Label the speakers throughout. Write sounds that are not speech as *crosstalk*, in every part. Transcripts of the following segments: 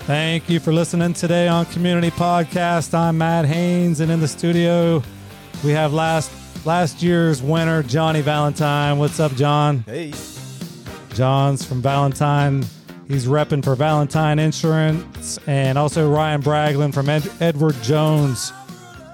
Speaker 1: Thank you for listening today on Community Podcast. I'm Matt Haynes, and in the studio we have last last year's winner, Johnny Valentine. What's up, John?
Speaker 2: Hey.
Speaker 1: John's from Valentine. He's repping for Valentine Insurance, and also Ryan Braglin from Ed- Edward Jones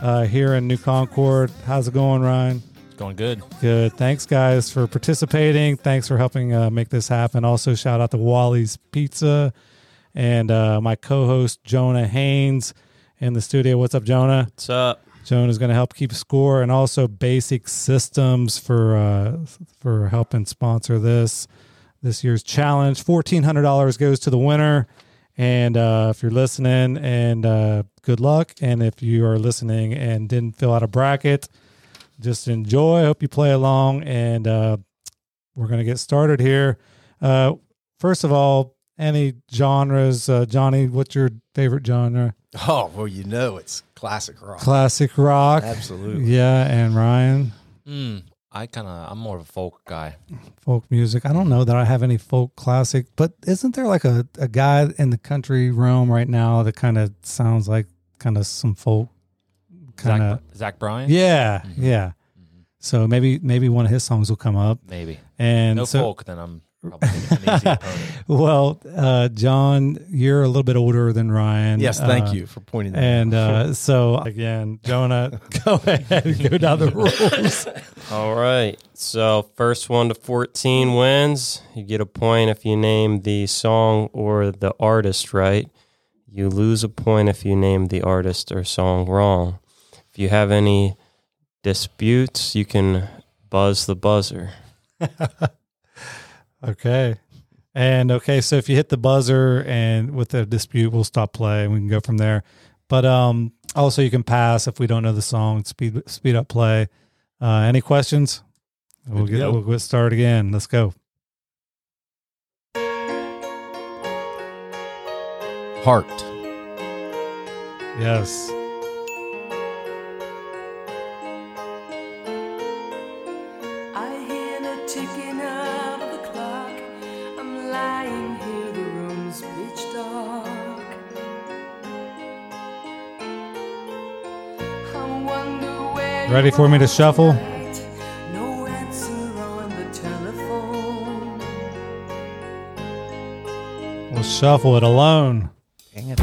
Speaker 1: uh, here in New Concord. How's it going, Ryan?
Speaker 3: It's going good.
Speaker 1: Good. Thanks, guys, for participating. Thanks for helping uh, make this happen. Also, shout out to Wally's Pizza and uh, my co host, Jonah Haynes, in the studio. What's up, Jonah?
Speaker 3: What's up?
Speaker 1: Jonah's going to help keep score and also basic systems for uh, for helping sponsor this this year's challenge. Fourteen hundred dollars goes to the winner, and uh, if you're listening, and uh, good luck. And if you are listening and didn't fill out a bracket, just enjoy. Hope you play along, and uh, we're going to get started here. Uh, first of all, any genres, uh, Johnny? What's your favorite genre?
Speaker 2: Oh, well, you know it's classic rock.
Speaker 1: Classic rock.
Speaker 2: Absolutely.
Speaker 1: Yeah, and Ryan,
Speaker 3: Mm, I kind of I'm more of a folk guy.
Speaker 1: folk music. I don't know that I have any folk classic, but isn't there like a, a guy in the country realm right now that kind of sounds like kind of some folk kind of
Speaker 3: Zach, Zach Bryan.
Speaker 1: yeah, yeah. So maybe maybe one of his songs will come up,
Speaker 3: maybe.
Speaker 1: and
Speaker 3: No
Speaker 1: so
Speaker 3: folk, then I'm probably an *laughs* easy opponent.
Speaker 1: well, uh, John, you're a little bit older than Ryan.
Speaker 2: Yes, thank
Speaker 1: Uh,
Speaker 2: you for pointing that
Speaker 1: And uh, so again, Jonah, *laughs* go ahead, go down the rules.
Speaker 4: All right. So first one to 14 wins. You get a point if you name the song or the artist right. You lose a point if you name the artist or song wrong. If you have any disputes, you can buzz the buzzer.
Speaker 1: Okay. And okay, so if you hit the buzzer and with a dispute, we'll stop play and we can go from there. But um, also, you can pass if we don't know the song. Speed speed up play. Uh, any questions? We'll
Speaker 2: to
Speaker 1: get
Speaker 2: go.
Speaker 1: we'll get started again. Let's go.
Speaker 2: Heart.
Speaker 1: Yes.
Speaker 5: I hear the ticking of the clock. I'm lying here, the room's pitch dark. I wonder where
Speaker 1: Ready
Speaker 5: you
Speaker 1: for me to
Speaker 5: are
Speaker 1: shuffle?
Speaker 5: tonight. No answer on the telephone.
Speaker 1: We'll shuffle it alone.
Speaker 2: Dang it.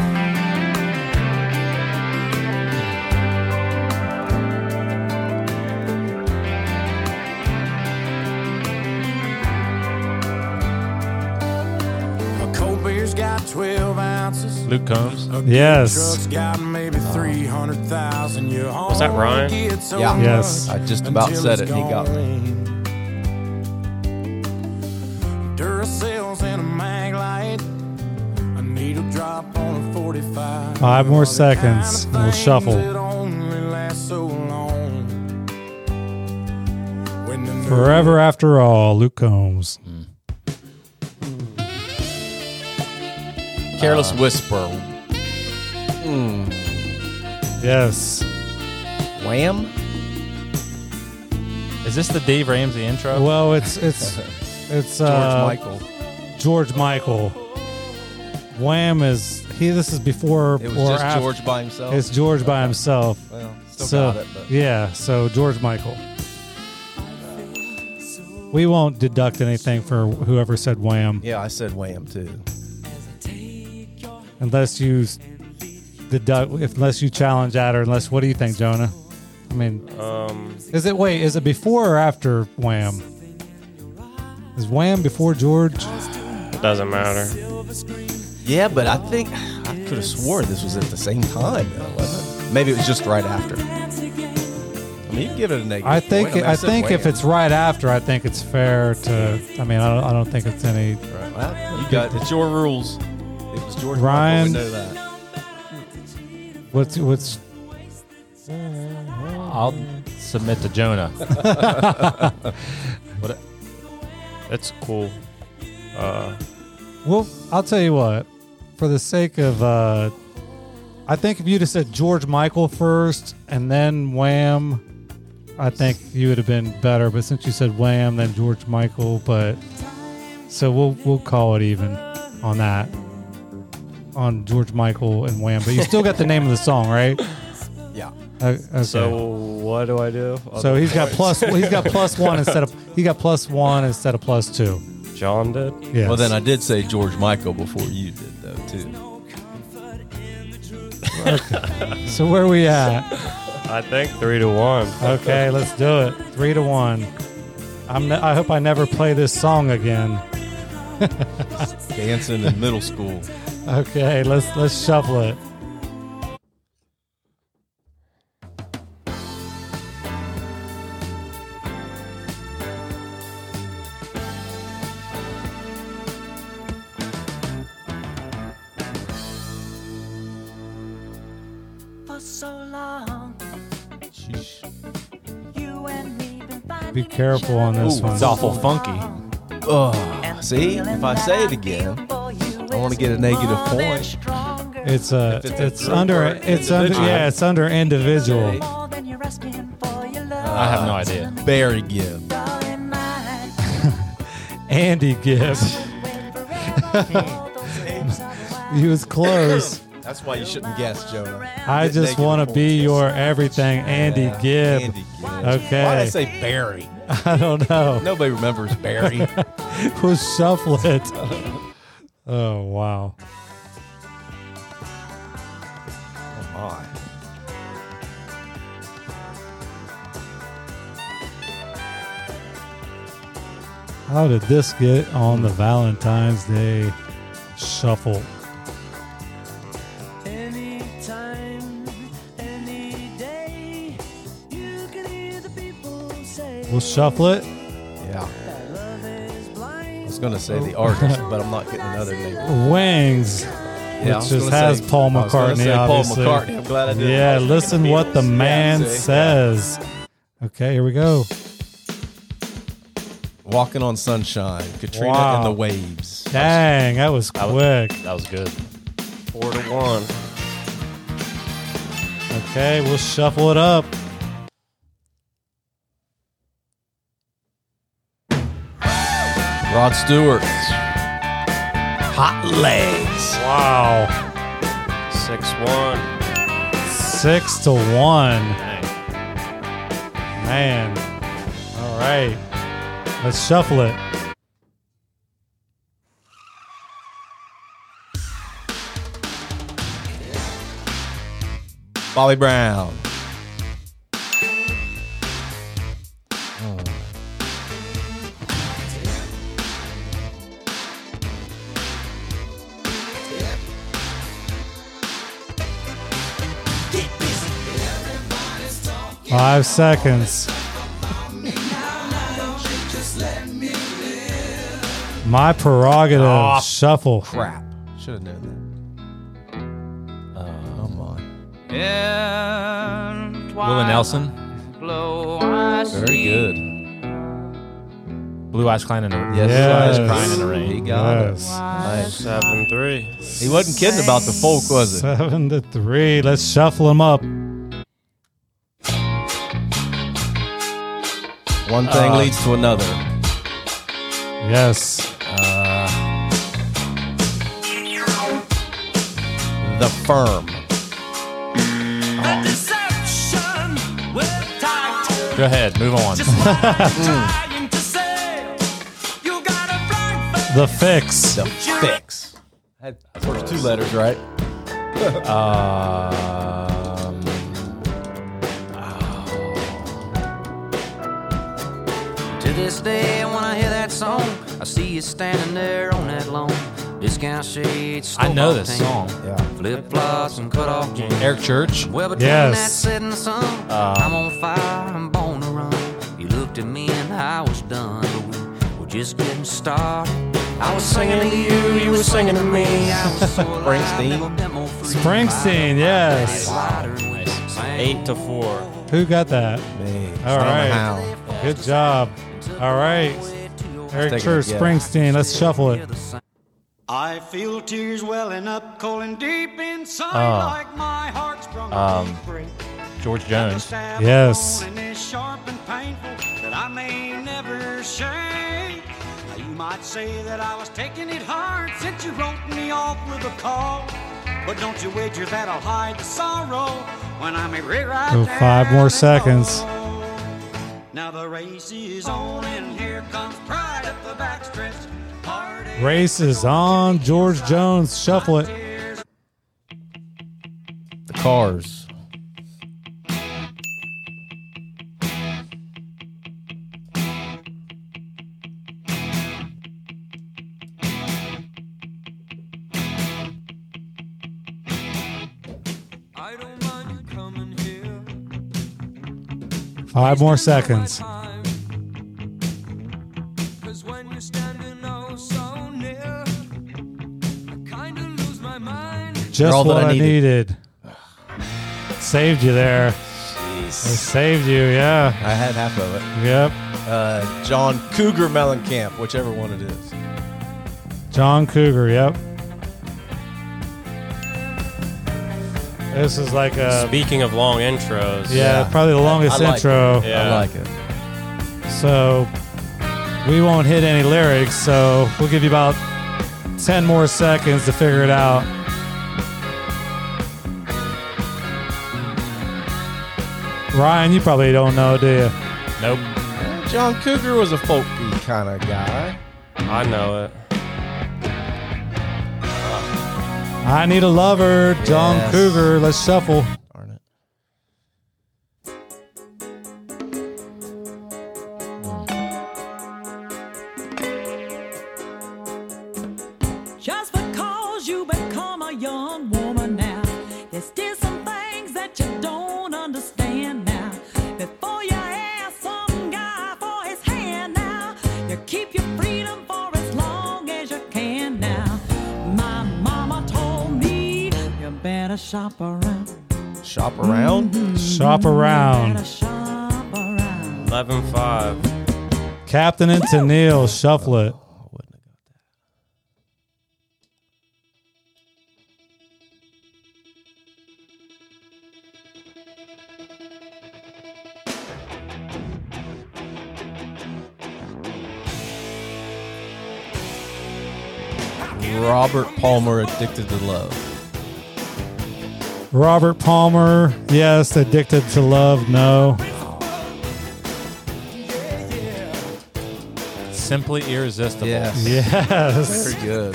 Speaker 6: A cold beer's got 12 ounces.
Speaker 3: Luke Combs.
Speaker 6: A
Speaker 1: Yes. Oh.
Speaker 6: truck's got maybe 300,000. You
Speaker 4: Was that Ryan?
Speaker 2: Yeah.
Speaker 1: Yes.
Speaker 2: I just about said it, he got me.
Speaker 6: Duracells and a mag light. A needle drop on a 45.
Speaker 1: Five more
Speaker 6: Are the kind
Speaker 1: seconds,
Speaker 6: of
Speaker 1: and we'll
Speaker 6: things
Speaker 1: shuffle.
Speaker 6: that only last so long. When the moon
Speaker 1: Forever after all, Luke Combs.
Speaker 2: Careless
Speaker 3: Uh,
Speaker 2: Whisper.
Speaker 1: Yes.
Speaker 2: Wham?
Speaker 3: Is this the Dave Ramsey intro?
Speaker 1: Well, it's it's it's
Speaker 2: George
Speaker 1: uh,
Speaker 2: Michael.
Speaker 1: George Michael. Wham is he? This is before
Speaker 2: It was
Speaker 1: or
Speaker 2: just
Speaker 1: after.
Speaker 2: George by himself.
Speaker 1: It's George by himself.
Speaker 2: well, still
Speaker 1: so
Speaker 2: got it, but
Speaker 1: yeah, so George Michael. We won't deduct anything for whoever said "wham"
Speaker 2: yeah, I said wham too.
Speaker 1: unless you s- deduct, unless you challenge that, or unless what do you think, Jonah? I mean,
Speaker 4: Um,
Speaker 1: is it wait? Is it before or after "wham"? Is "wham" before George?
Speaker 4: it doesn't matter.
Speaker 2: Yeah, but I think I could have swore this was at the same time, though, wasn't it? Maybe it was just right after. I mean, you can give it a negative.
Speaker 1: I think
Speaker 2: point. mean,
Speaker 1: I
Speaker 2: said
Speaker 1: think if
Speaker 2: wham.
Speaker 1: it's right after, I think it's fair to. I mean, I don't, I don't think it's any.
Speaker 2: Right, well, you
Speaker 3: Got-
Speaker 2: got
Speaker 3: it's your rules.
Speaker 2: it was George
Speaker 1: Ryan-
Speaker 2: Michael. We know that.
Speaker 1: What's what's
Speaker 3: I'll submit to Jonah. *laughs* what?
Speaker 4: That's cool. Uh,
Speaker 1: Well, I'll tell you what. For the sake of, uh, I think if you'd have said George Michael first and then Wham, I think you would have been better. But since you said Wham, then George Michael, but so we'll we'll call it even on that. on George Michael and Wham, but you still got the name of the song, right?
Speaker 2: Yeah.
Speaker 1: Uh, okay.
Speaker 4: So what do I do?
Speaker 1: So he's got plus. He's got
Speaker 2: *laughs*
Speaker 1: plus one instead of he got plus one instead of plus two.
Speaker 4: John did.
Speaker 1: Yeah.
Speaker 2: Well, then I did say George Michael before you did, though, too.
Speaker 1: so where we at?
Speaker 4: I think three to one.
Speaker 1: Okay, let's do it. Three to one. I'm. Ne- I hope I never play this song again.
Speaker 2: Dancing in middle school.
Speaker 1: Okay, let's let's shuffle it.
Speaker 5: For so long,
Speaker 2: Sheesh.
Speaker 5: you and me been finding
Speaker 1: Be careful on this
Speaker 5: each
Speaker 1: one.
Speaker 3: It's awful funky.
Speaker 2: Oh, see, if I say it again,
Speaker 5: again,
Speaker 2: I wanna get a negative point.
Speaker 1: It's a.
Speaker 2: If it's
Speaker 1: It's,
Speaker 2: a group
Speaker 1: under.
Speaker 2: or
Speaker 1: It's under.
Speaker 2: individual.
Speaker 1: Yeah, it's under individual.
Speaker 3: I have no idea.
Speaker 2: Barry Gibb.
Speaker 1: Andy Gibb. he was
Speaker 2: *laughs*
Speaker 1: close.
Speaker 2: That's why you shouldn't guess, Jonah.
Speaker 1: I
Speaker 2: Get
Speaker 1: just
Speaker 2: negative
Speaker 1: want to be
Speaker 2: points.
Speaker 1: your everything, Andy
Speaker 2: Yeah,
Speaker 1: Gibb.
Speaker 2: Andy Gibb.
Speaker 1: Okay.
Speaker 2: Why did I say Barry?
Speaker 1: *laughs* I don't know.
Speaker 2: Nobody remembers
Speaker 1: *laughs*
Speaker 2: Barry.
Speaker 1: We'll shuffle it. *laughs* Oh wow.
Speaker 2: oh, my.
Speaker 1: How did this get on the Valentine's Day shuffle?
Speaker 5: Anytime, any day, you can hear the people say
Speaker 1: We'll shuffle it.
Speaker 2: Yeah.
Speaker 5: love is blind.
Speaker 2: I was going to say the artist, but I'm not getting another name.
Speaker 1: Wings.
Speaker 2: Yeah, I was
Speaker 1: just
Speaker 2: gonna
Speaker 1: has
Speaker 2: say-
Speaker 1: Paul
Speaker 2: I was gonna
Speaker 1: McCartney,
Speaker 2: say Paul
Speaker 1: obviously.
Speaker 2: McCartney. I'm glad I did.
Speaker 1: Yeah, listen what the man
Speaker 2: see?
Speaker 1: says. Okay, here we go.
Speaker 2: Walking on Sunshine, Katrina
Speaker 1: Wow.
Speaker 2: and the Waves.
Speaker 1: Dang, that was
Speaker 3: That was-
Speaker 1: quick.
Speaker 3: That was good.
Speaker 4: Four to one.
Speaker 1: Okay, we'll shuffle it up.
Speaker 2: Rod Stewart. Hot legs.
Speaker 1: Wow.
Speaker 4: Six one.
Speaker 1: Six to one.
Speaker 3: Dang.
Speaker 1: Man. All right. Let's shuffle it.
Speaker 2: Bobby Brown.
Speaker 1: Five seconds. My prerogative.
Speaker 3: Ah,
Speaker 1: shuffle.
Speaker 2: Crap. Should have known that. Oh, my.
Speaker 3: Willie Nelson,
Speaker 2: Very good.
Speaker 3: Blue Eyes Klein, and the
Speaker 2: Yes.
Speaker 1: Yes.
Speaker 2: yes.
Speaker 3: Crying in the Rain.
Speaker 2: He got
Speaker 1: Yes.
Speaker 2: it. Nice.
Speaker 4: Seven three.
Speaker 2: He wasn't kidding about the folk, was it?
Speaker 1: Seven to three. Let's shuffle them up.
Speaker 2: One thing leads to another.
Speaker 1: Yes.
Speaker 2: The Firm.
Speaker 3: Go ahead, move on.
Speaker 1: The fix.
Speaker 2: The Fix. I had first two letters, right?
Speaker 3: Um,
Speaker 7: To this day, when I hear that song, I see you standing there on that lawn. Discount shades,
Speaker 3: I know this song.
Speaker 2: Yeah.
Speaker 7: Flip flops and cut off jeans.
Speaker 3: Eric Church.
Speaker 7: Well, between
Speaker 1: Yes.
Speaker 7: that setting sun, I'm on fire, I'm born to run. You looked at me and I was done, but we were just getting started. I was singing to you, you were singing to me. I was so alive,
Speaker 2: Springsteen.
Speaker 7: never demo free.
Speaker 1: Springsteen, yes.
Speaker 7: Lighter and wet.
Speaker 4: Eight to four.
Speaker 1: Who got that?
Speaker 2: Man.
Speaker 1: All right.
Speaker 2: How.
Speaker 1: Good job. All right. Eric
Speaker 2: Let's take
Speaker 1: Church,
Speaker 2: it, yeah.
Speaker 1: Springsteen. Let's shuffle it.
Speaker 8: I feel tears welling up, cold and deep inside, like my heart's sprung
Speaker 3: um,
Speaker 8: to break.
Speaker 3: George Jones.
Speaker 8: Stab
Speaker 1: Yes.
Speaker 8: a hole in this sharp and painful that I may never shake. Now, you might say that I was taking it hard since you wrote me off with a call. But don't you wager that I'll hide the sorrow when I'm a rewrite.
Speaker 1: So Oh, five more seconds.
Speaker 8: Now the race is on, and here comes pride up the backstretch. Hard as
Speaker 1: Race is on. George Jones, shuffle it.
Speaker 3: The Cars.
Speaker 1: Five more seconds.
Speaker 7: oh
Speaker 1: Just
Speaker 2: all that
Speaker 1: what
Speaker 2: I
Speaker 1: I
Speaker 2: needed.
Speaker 1: needed. Saved you there. I saved you. Yeah.
Speaker 2: I had half of it.
Speaker 1: Yep.
Speaker 2: Uh, John Cougar Mellencamp, whichever one it is.
Speaker 1: John Cougar. Yep. This is like a
Speaker 4: Speaking of long intros,
Speaker 1: Uh, yeah,
Speaker 2: Yeah.
Speaker 1: probably the longest
Speaker 2: I like
Speaker 1: intro.
Speaker 4: Yeah.
Speaker 2: I like it.
Speaker 1: So we won't hit any lyrics, so we'll give you about 10 more seconds to figure it out. Ryan, you probably don't know, do you?
Speaker 3: Nope.
Speaker 2: Uh, John Cougar was a folky kind of guy.
Speaker 4: I know it.
Speaker 1: I need a lover, John
Speaker 2: Yes.
Speaker 1: Cougar. Let's shuffle.
Speaker 2: Darn it.
Speaker 5: Just because you become a young woman now, there's still some things that you don't understand now. Before you ask some guy for his hand now, you keep your freedom for as long as you can now. My mama told me you better shop around.
Speaker 2: Shop around.
Speaker 1: Shop
Speaker 5: Better
Speaker 1: around.
Speaker 5: shop around.
Speaker 4: 11 5.
Speaker 1: Captain and Tennille, shuffle it.
Speaker 2: Robert Palmer, Addicted to Love.
Speaker 1: Robert Palmer, yes. Addicted to Love, no. *laughs*
Speaker 3: Simply irresistible.
Speaker 2: Yes.
Speaker 1: Yes.
Speaker 2: Very good.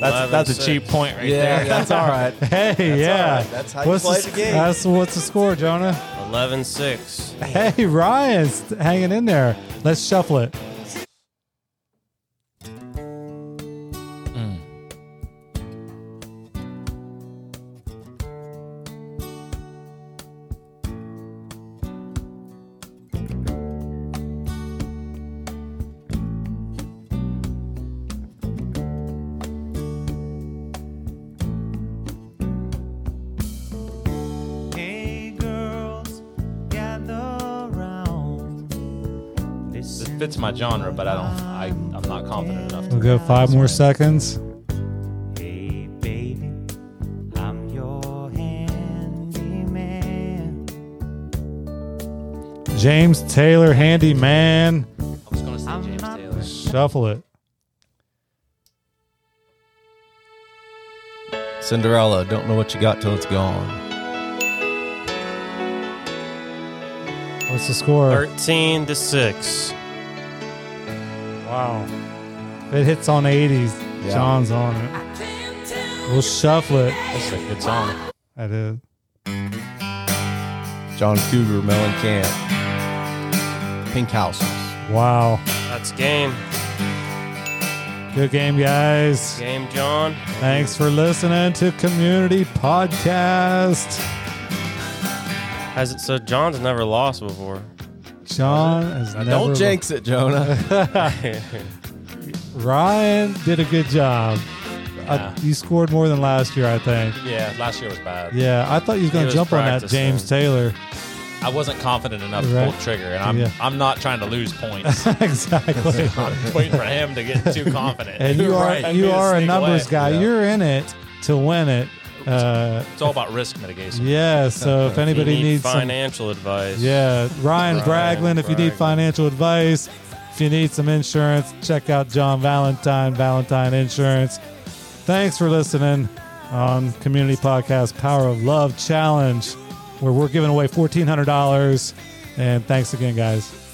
Speaker 3: That's, that's a
Speaker 4: 11-6.
Speaker 3: cheap point right
Speaker 2: Yeah,
Speaker 3: there.
Speaker 2: that's all right.
Speaker 1: Hey, yeah.
Speaker 2: right. That's how you
Speaker 1: What's
Speaker 2: play
Speaker 1: the,
Speaker 2: the game.
Speaker 1: That's what's the score, Jonah.
Speaker 4: 11 6.
Speaker 1: Hey, Ryan's hanging in there. Let's shuffle it.
Speaker 9: Hey girls, gather round.
Speaker 3: This fits my genre, but I don't. I, I'm not confident enough.
Speaker 1: We'll
Speaker 3: To,
Speaker 1: go five more seconds.
Speaker 9: Hey baby, I'm your handyman.
Speaker 1: James Taylor, handyman.
Speaker 7: I was going to say James Taylor.
Speaker 1: Shuffle it.
Speaker 2: *laughs* Cinderella, don't know what you got till it's gone.
Speaker 1: What's the score?
Speaker 4: 13 to 6.
Speaker 1: Wow. If it hits on 80s,
Speaker 2: Yeah.
Speaker 1: John's on it. We'll shuffle it.
Speaker 3: that's a good song.
Speaker 1: That is.
Speaker 2: John Cougar, Mellencamp. Pink Houses.
Speaker 1: Wow.
Speaker 4: That's game.
Speaker 1: Good game, guys.
Speaker 4: Game, John.
Speaker 1: Thanks for listening to Community Podcast.
Speaker 4: Has it, so John's never lost before. *laughs*
Speaker 1: John has never.
Speaker 2: Don't jinx it, Jonah.
Speaker 1: Ryan did a good job. I-
Speaker 3: Yeah.
Speaker 1: you scored more than last year, I think.
Speaker 3: Yeah, last year was bad.
Speaker 1: Yeah, I thought you was going to
Speaker 4: was
Speaker 1: jump on that
Speaker 4: practicing.
Speaker 1: James Taylor. *laughs*
Speaker 3: I wasn't confident enough
Speaker 1: Right.
Speaker 3: to pull the trigger, and I'm
Speaker 1: Yeah.
Speaker 3: I'm not trying to lose points.
Speaker 1: exactly.
Speaker 3: I'm waiting for him to
Speaker 1: *laughs*
Speaker 3: get too confident.
Speaker 1: and you are
Speaker 3: Right.
Speaker 1: you
Speaker 3: Just
Speaker 1: are a
Speaker 3: sneak
Speaker 1: numbers
Speaker 3: away.
Speaker 1: guy.
Speaker 2: Yeah.
Speaker 1: You're in it to win it. Uh,
Speaker 3: It's all about risk mitigation.
Speaker 1: yeah. So if
Speaker 4: If you
Speaker 1: anybody
Speaker 4: need
Speaker 1: needs some,
Speaker 4: financial advice.
Speaker 1: yeah, Ryan
Speaker 4: Ryan
Speaker 1: Braglin. If you need
Speaker 4: Braglin.
Speaker 1: financial advice, if you need some insurance, check out John Valentine, Valentine Insurance. Thanks for listening. on Community Podcast Power of Love Challenge, where we're giving away $1,400. And thanks again, guys.